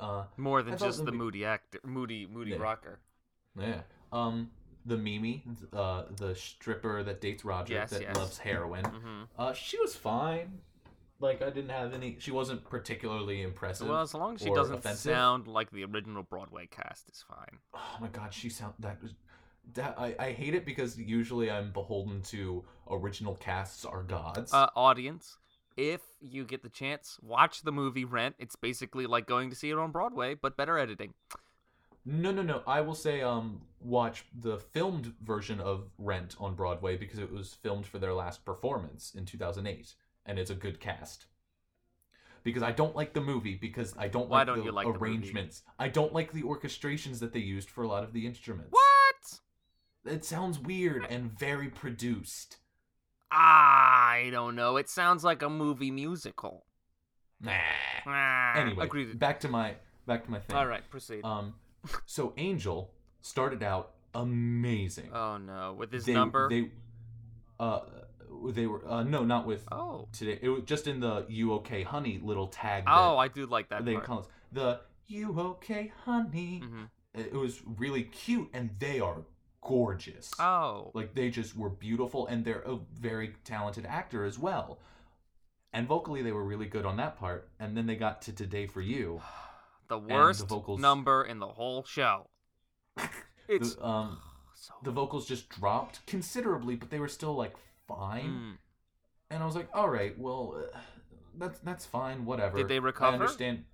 S1: Uh,
S2: more
S1: I
S2: than
S1: thought
S2: just
S1: the
S2: the
S1: mo-
S2: moody actor, moody moody
S1: Yeah.
S2: rocker.
S1: yeah. Um, the Mimi, uh, the stripper that dates Roger,
S2: Yes,
S1: that
S2: yes.
S1: loves heroin.
S2: hmm
S1: Uh, she was fine. Like I didn't have any. She wasn't particularly impressive.
S2: Well, as long as she
S1: or
S2: doesn't
S1: offensive.
S2: sound like the original Broadway cast, it's fine.
S1: oh my god, she sound that was that I, I hate it because usually I'm beholden to original casts are gods.
S2: Uh, audience, if you get the chance, watch the movie Rent. It's basically like going to see it on Broadway, but better editing.
S1: no, no, no. I will say um watch the filmed version of Rent on Broadway because it was filmed for their last performance in 2008 and it's a good cast. Because I don't like the movie because I don't
S2: Why
S1: like
S2: don't
S1: the
S2: you like the movie?
S1: arrangements. I don't like the orchestrations that they used for a lot of the instruments.
S2: What?
S1: It sounds weird and very produced.
S2: I don't know. It sounds like a movie musical.
S1: Nah.
S2: Ah,
S1: Anyway,
S2: agreed.
S1: back to my back to my thing.
S2: All right, proceed.
S1: Um, so Angel started out amazing.
S2: oh no, with his
S1: They-
S2: number.
S1: They, uh, they were uh, no, not with
S2: oh,
S1: today. It was just in the "You OK, Honey" little tag.
S2: oh, I do like
S1: that
S2: that
S1: they
S2: part.
S1: call us the "You OK, Honey."
S2: hmm
S1: It was really cute, and they are gorgeous.
S2: Oh,
S1: Like they just were beautiful, and they're a very talented actor as well. And vocally, they were really good on that part. And then they got to "Today for You."
S2: the worst
S1: oh. vocals-
S2: number in the whole show. It's
S1: The, um,
S2: so
S1: the vocals just dropped considerably, but they were still like fine.
S2: Mm.
S1: And I was like, all right, well, uh, that's that's fine, whatever.
S2: Did they
S1: I
S2: recover?
S1: understand.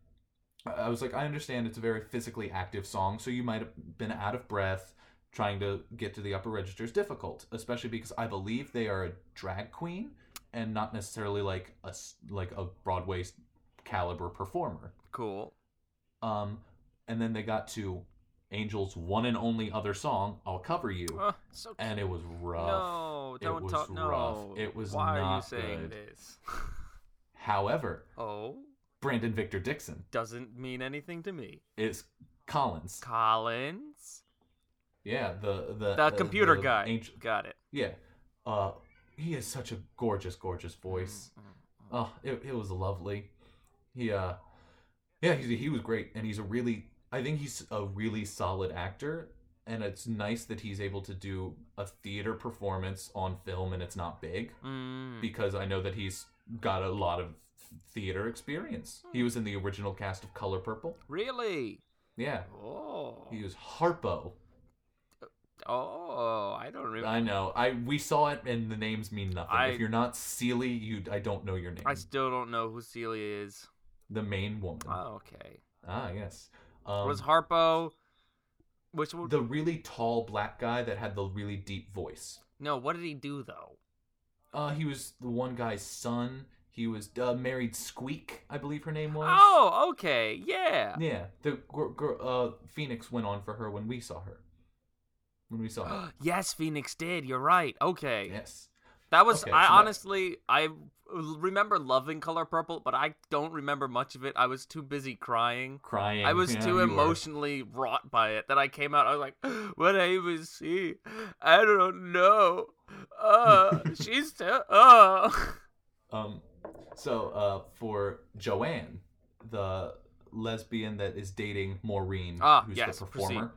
S1: I- I was like, I understand it's a very physically active song, so you might have been out of breath. Trying to get to the upper register is difficult, especially because I believe they are a drag queen and not necessarily like a s- like a Broadway caliber performer.
S2: cool.
S1: Um, and then they got to Angel's one and only other song, "I'll Cover You,"
S2: Uh, so cute.
S1: and it was rough.
S2: No,
S1: It
S2: don't
S1: was
S2: talk. No,
S1: rough. It was
S2: Why are you
S1: not
S2: saying
S1: good.
S2: this?
S1: However,
S2: oh,
S1: Brandon Victor Dixon
S2: doesn't mean anything to me.
S1: is Collins.
S2: Collins,
S1: Yeah, the the
S2: the
S1: uh,
S2: computer
S1: the
S2: guy,
S1: angel-
S2: got it.
S1: yeah, uh, he has such a gorgeous, gorgeous voice.
S2: Mm, mm.
S1: Oh, it, it was lovely. He uh, yeah, he he was great, and he's a really, I think he's a really solid actor, and it's nice that he's able to do a theater performance on film, and it's not big
S2: Mm.
S1: because I know that he's got a lot of theater experience.
S2: Hmm.
S1: He was in the original cast of Color Purple.
S2: Really?
S1: Yeah,
S2: Oh.
S1: he was Harpo.
S2: Oh, I don't remember.
S1: I know. I we saw it, and the names mean nothing.
S2: I-
S1: if you're not Seely, you I don't know your name.
S2: I still don't know who Celia is.
S1: the main woman.
S2: Oh, okay.
S1: ah, yes. Um,
S2: was Harpo? Which one?
S1: the really tall black guy that had the really deep voice?
S2: no, what did he do though?
S1: Uh, he was the one guy's son. He was uh, married Squeak, I believe her name was.
S2: Oh, okay, yeah.
S1: Yeah, the gr- gr- uh, Phoenix went on for her when we saw her. When we saw her.
S2: yes, Phoenix did. You're right. Okay,
S1: yes.
S2: that was.
S1: Okay,
S2: I
S1: so that-
S2: honestly, I remember loving Color Purple, but I don't remember much of it. I was too busy crying.
S1: Crying.
S2: I was
S1: Yeah, you
S2: too
S1: were.
S2: emotionally wrought by it that I came out. I was like, "What I even see? I don't know. Uh, she's so uh."
S1: Um, so uh, for Joanne, the lesbian that is dating Maureen,
S2: Ah,
S1: who's
S2: yes,
S1: the performer.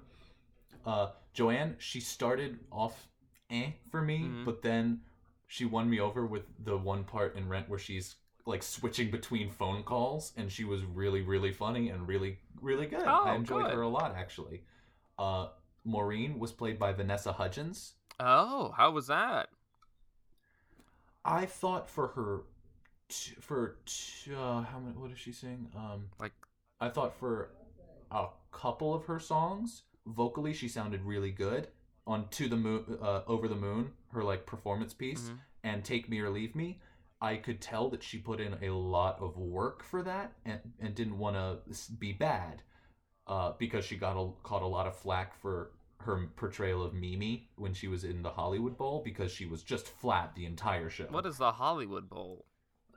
S1: Uh, Joanne, she started off eh for me,
S2: Mhm.
S1: but then she won me over with the one part in Rent where she's like switching between phone calls, and she was really, really funny and really, really good. I
S2: Oh,
S1: enjoyed
S2: good.
S1: her a lot actually. Uh, Maureen was played by Vanessa Hudgens.
S2: Oh, how was that?
S1: I thought for her, t- for t- uh, how many? What is she sing? Um,
S2: Like-
S1: I thought for a couple of her songs, vocally she sounded really good. On "To the Moon," uh, "Over the Moon," her like performance piece,
S2: Mhm.
S1: and "Take Me or Leave Me," I could tell that she put in a lot of work for that and and didn't want to be bad, uh, because she got a, caught a lot of flack for her portrayal of Mimi when she was in the Hollywood Bowl because she was just flat the entire show
S2: What is the Hollywood Bowl?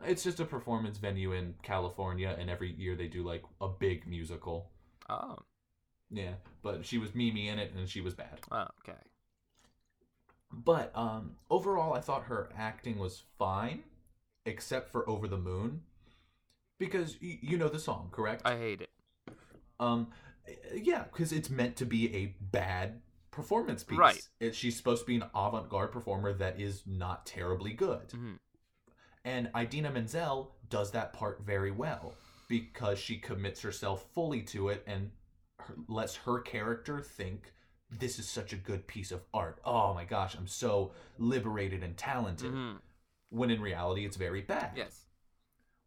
S1: it's just a performance venue in California, and every year they do like a big musical.
S2: Oh,
S1: Yeah, but she was Mimi in it, and she was bad.
S2: Oh, okay.
S1: But um, overall, I thought her acting was fine, except for "Over the Moon," because y- you know the song, correct?
S2: I hate it.
S1: Um, yeah, because it's meant to be a bad performance piece.
S2: Right.
S1: It, she's supposed to be an avant-garde performer that is not terribly good,
S2: Mhm.
S1: and Idina Menzel does that part very well because she commits herself fully to it and her, lets her character think this is such a good piece of art. Oh my gosh, I'm so liberated and talented.
S2: Mhm.
S1: When in reality, it's very bad.
S2: Yes.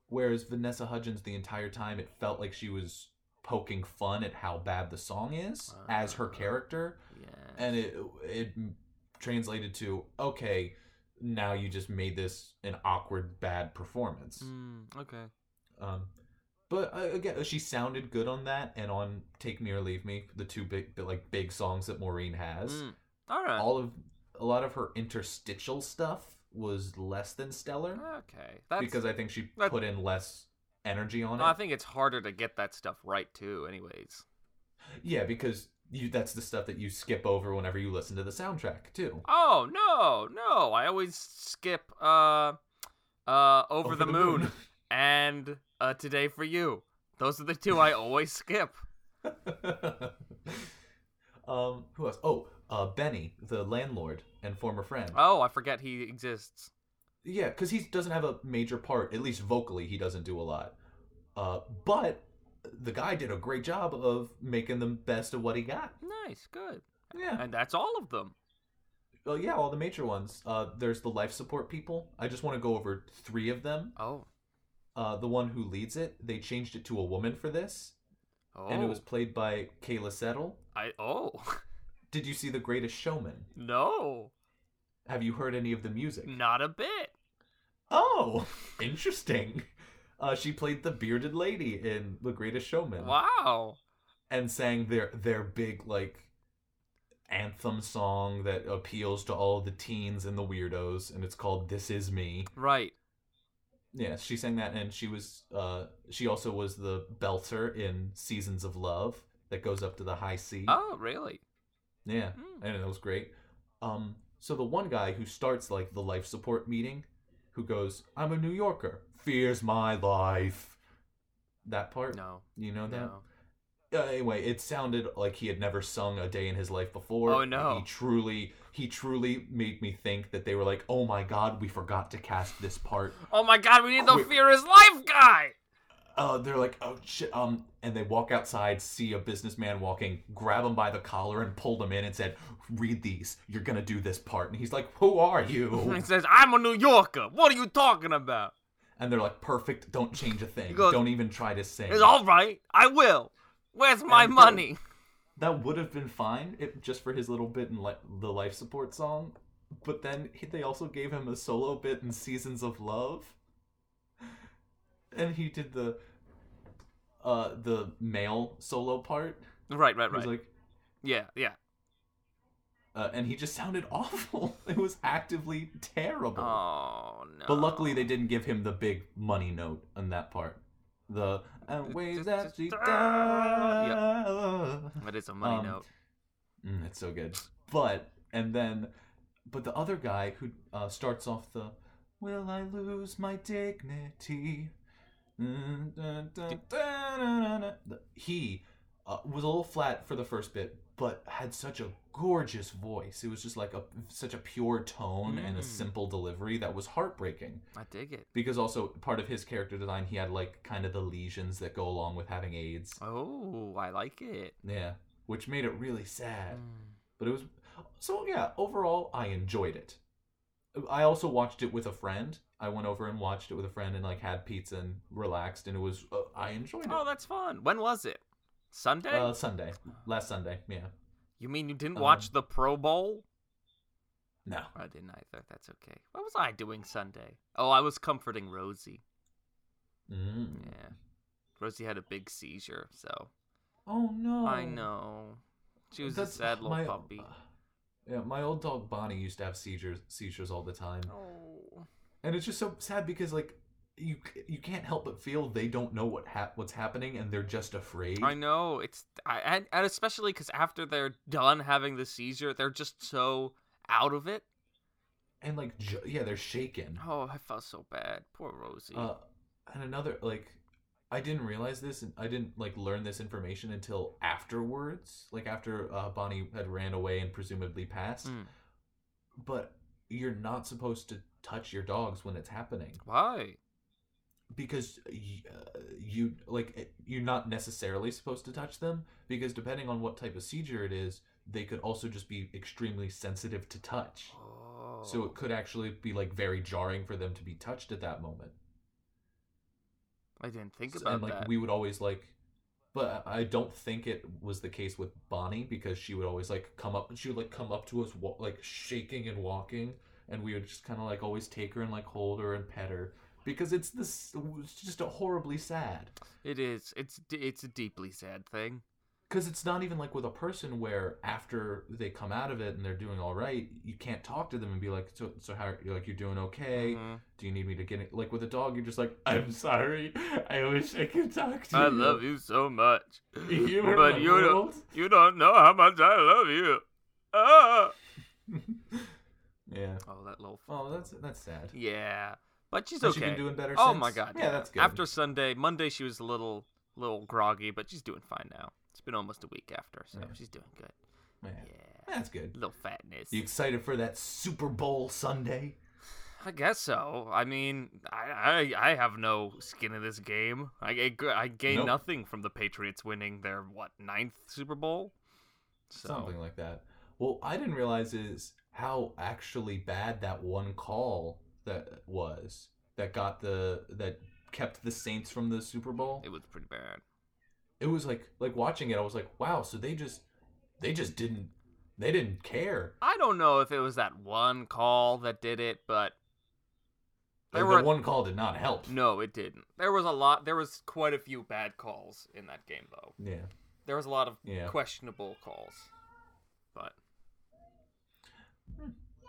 S1: Whereas Vanessa Hudgens, the entire time, it felt like she was poking fun at how bad the song is as her
S2: Ah.
S1: character,
S2: Yes.
S1: and it it translated to okay, now you just made this an awkward bad performance.
S2: Mm, okay.
S1: Um, but uh, again, she sounded good on that and on "Take Me or Leave Me," the two big like big songs that Maureen has.
S2: Mm. All right.
S1: All of a lot of her interstitial stuff was less than stellar
S2: okay. Ah, That's
S1: because I think she
S2: that-
S1: put in less energy on
S2: No,
S1: it.
S2: I think it's harder to get that stuff right too. Anyways.
S1: Yeah, because you that's the stuff that you skip over whenever you listen to the soundtrack too.
S2: Oh no, no! I always skip uh, uh, over, the, moon, and uh, today for you. Those are the two I always skip.
S1: um, who else? Oh, uh, Benny, the landlord and former friend.
S2: Oh, I forget he exists.
S1: Yeah, because he doesn't have a major part, at least vocally, he doesn't do a lot. Uh, but the guy did a great job of making the best of what he got.
S2: Nice, good,
S1: Yeah.
S2: and that's all of them.
S1: Well, yeah, all the major ones. Uh, there's the life support people. I just want to go over three of them.
S2: Oh,
S1: Uh, the one who leads it, they changed it to a woman for this,
S2: oh,
S1: and it was played by Kayla Settle.
S2: I oh
S1: Did you see The Greatest Showman?
S2: no,
S1: Have you heard any of the music?
S2: not a bit.
S1: Oh, interesting. Uh, she played the bearded lady in The Greatest Showman.
S2: Wow,
S1: and sang their their big like anthem song that appeals to all the teens and the weirdos and it's called this is me
S2: right?
S1: yeah she sang that and she was uh she also was the belter in seasons of love that goes up to the high c
S2: Oh, really?
S1: yeah
S2: Mm.
S1: and that was great um so the one guy who starts like the life support meeting who goes i'm a new yorker fears my life that part
S2: No,
S1: you know that
S2: no.
S1: uh, anyway, it sounded like he had never sung a day in his life before.
S2: Oh, no.
S1: He truly, he truly made me think that they were like, "Oh my God, we forgot to cast this part."
S2: Oh my God, we need the
S1: Quick.
S2: fear is life guy.
S1: Uh, they're like, "Oh shit!" Um, and they walk outside, see a businessman walking, grab him by the collar and pulled him in, and said, "Read these. You're gonna do this part." And he's like, "Who are you?"
S2: He says, "I'm a New Yorker." What are you talking about?
S1: and they're like, "Perfect. Don't change a thing.
S2: goes,
S1: Don't even try to sing."
S2: It's all right. I will. Where's my
S1: And uh, go.
S2: money?
S1: that would have been fine if, just for his little bit in li- the life support song but then he, they also gave him a solo bit in seasons of love and he did the uh the male solo part
S2: Right, right,
S1: He was
S2: right.
S1: like
S2: yeah, yeah.
S1: uh, and he just sounded awful it was actively terrible
S2: Oh no.
S1: but luckily they didn't give him the big money note on that part the and waves that she
S2: That is a money
S1: um,
S2: note.
S1: Mm, it's so good. But and then, but the other guy who uh, starts off the "Will I lose my dignity?" Mm, dun, dun, dun, dun, dun, dun. The- He uh, was a little flat for the first bit, but had such a gorgeous voice. It was just like a such a pure tone and
S2: Mm.
S1: a simple delivery that was heartbreaking.
S2: I dig it.
S1: Because also part of his character design, he had like kind of the lesions that go along with having AIDS.
S2: Oh, I like it.
S1: Yeah, which made it really sad
S2: Mm.
S1: but it was so yeah overall i enjoyed it i also watched it with a friend i went over and watched it with a friend and like had pizza and relaxed and it was uh, i enjoyed it
S2: Oh, that's fun. When was it? Sunday?
S1: uh, sunday last sunday yeah
S2: you mean you didn't
S1: um,
S2: watch the Pro Bowl?
S1: no
S2: I didn't either. That's okay. What was I doing Sunday? Oh, I was comforting Rosie.
S1: mm.
S2: Yeah. Rosie had a big seizure, so
S1: oh no
S2: I know. She was a sad little
S1: my- uh,
S2: puppy.
S1: yeah my old dog bonnie used to have seizures seizures all the time
S2: Oh.
S1: and it's just so sad because like you you can't help but feel they don't know what hap- what's happening and they're just afraid.
S2: I know it's I, and, and especially because after they're done having the seizure, they're just so out of it.
S1: and like ju- yeah, they're shaken.
S2: Oh, I felt so bad. Poor Rosie.
S1: Hmm. Uh, and another like I didn't realize this and I didn't like learn this information until afterwards, like after uh, Bonnie had ran away and presumably passed.
S2: Mm.
S1: But you're not supposed to touch your dogs when it's happening
S2: Why?
S1: because y- uh, you like it- you're not necessarily supposed to touch them because depending on what type of seizure it is, they could also just be extremely sensitive to touch.
S2: Oh.
S1: So it could actually be like very jarring for them to be touched at that moment.
S2: I didn't think
S1: So-
S2: about
S1: and like
S2: that.
S1: we would always like but i I don't think it was the case with bonnie because she would always like come up she would like come up to us wa- like shaking and walking and we would just kind of like always take her and like hold her and pet her because it's this it's just a horribly sad
S2: It is. It's d- it's a deeply sad thing.
S1: because it's not even like with a person where after they come out of it and they're doing all right you can't talk to them and be like so, so how are you like you're doing okay
S2: Mhm.
S1: do you need me to get it like with a dog you're just like i'm sorry i wish i could talk to
S2: I
S1: you
S2: love you so much,
S1: you were
S2: but
S1: my
S2: you don't,
S1: world.
S2: you don't know how much I love you. Ah.
S1: yeah.
S2: Oh, that little. F-
S1: Oh, that's that's sad.
S2: Yeah, but she's
S1: Has
S2: okay.
S1: she been doing better
S2: oh
S1: since?
S2: my god.
S1: Yeah, that's good.
S2: After Sunday, Monday she was a little little groggy, but she's doing fine now. It's been almost a week after, so
S1: Yeah.
S2: she's doing good.
S1: Yeah.
S2: Yeah.
S1: That's good.
S2: Little fatness.
S1: You excited for that Super Bowl Sunday?
S2: I guess so. I mean, I, I I have no skin in this game. I I, g- I gain
S1: Nope.
S2: nothing from the Patriots winning their what ninth Super Bowl. So
S1: Something like that. Well, I didn't realize is how actually bad that one call that was that got the that kept the Saints from the Super Bowl.
S2: it was pretty bad.
S1: It was like like watching it, I was like, wow. So they just they just didn't they didn't care.
S2: I don't know if it was that one call that did it, but
S1: Like,
S2: there were
S1: the one call did not help.
S2: no, it didn't. There was a lot. There was quite a few bad calls in that game, though.
S1: Yeah.
S2: There was a lot of
S1: Yeah.
S2: questionable calls, but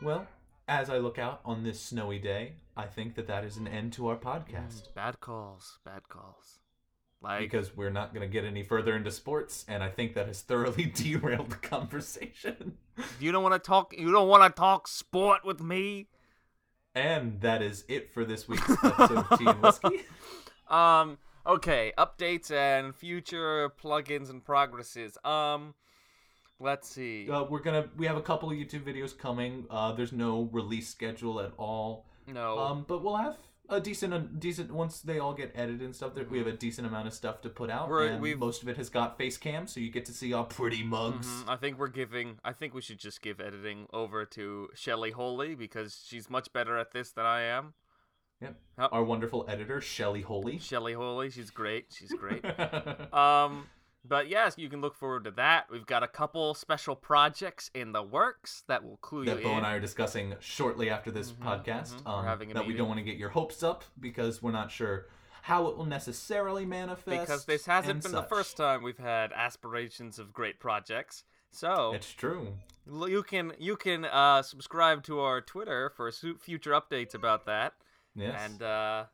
S1: Well, as I look out on this snowy day, I think that that is an end to our podcast
S2: mm, bad calls, bad calls. Like
S1: because we're not going to get any further into sports, and I think that has thoroughly derailed the conversation.
S2: you don't want to talk. You don't want to talk sport with me.
S1: and that is it for this week's episode of Tea and Whiskey.
S2: Um. Okay. Updates and future plugins and progresses. Um. Let's see.
S1: Uh, we're gonna we have a couple of YouTube videos coming. Uh, there's no release schedule at all,
S2: no.
S1: um, but we'll have a decent a decent once they all get edited and stuff. There, we have a decent amount of stuff to put out,
S2: We're-
S1: and
S2: we've-
S1: most of it has got face cam, so you get to see our pretty mugs.
S2: Mhm, I think we're giving. I think we should just give editing over to Shelley Holy because she's much better at this than I am.
S1: Our wonderful editor, Shelly Holy.
S2: Shelley Holy, she's great. She's great. um. But yes, you can look forward to that. We've got a couple special projects in the works that will clue
S1: that
S2: you
S1: Bo
S2: in.
S1: and I are discussing shortly after this
S2: Mhm,
S1: podcast.
S2: mhm.
S1: Um,
S2: We're having a
S1: that we
S2: meeting.
S1: don't want to get your hopes up because we're not sure how it will necessarily manifest.
S2: because this hasn't
S1: and
S2: been the
S1: such.
S2: first time we've had aspirations of great projects. So
S1: It's true.
S2: L- You can you can uh, subscribe to our Twitter for su- future updates about that,
S1: Yes.
S2: and uh,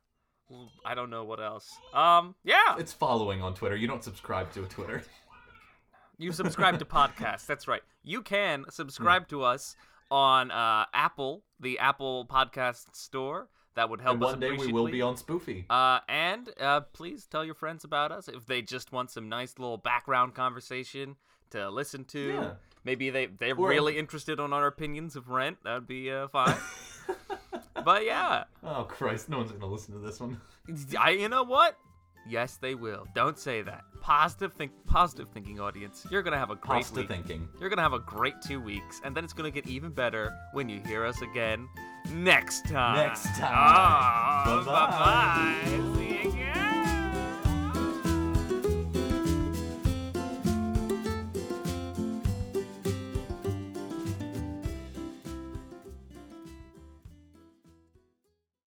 S2: l- I don't know what else. Um, yeah,
S1: it's following on Twitter. You don't subscribe to a Twitter.
S2: you subscribe to podcasts. That's right. You can
S1: Hmm.
S2: subscribe to us on uh, Apple, the Apple Podcast Store. That would help
S1: and
S2: us.
S1: one day we will
S2: appreciably.
S1: be on Spoofy.
S2: Uh, and uh, please tell your friends about us if they just want some nice little background conversation to listen to.
S1: Yeah.
S2: Maybe they they're
S1: Or-
S2: really interested on our opinions of Rent. That'd be uh, fine. but yeah,
S1: oh Christ! No one's gonna listen to this one.
S2: I you know what? Yes, they will. Don't say that. Positive think, positive thinking audience. You're gonna have a great
S1: Pasta
S2: week.
S1: thinking.
S2: You're gonna have a great two weeks, and then it's gonna get even better when you hear us again next time.
S1: Next time.
S2: Ah,
S1: Bye-bye.
S2: bye-bye. See you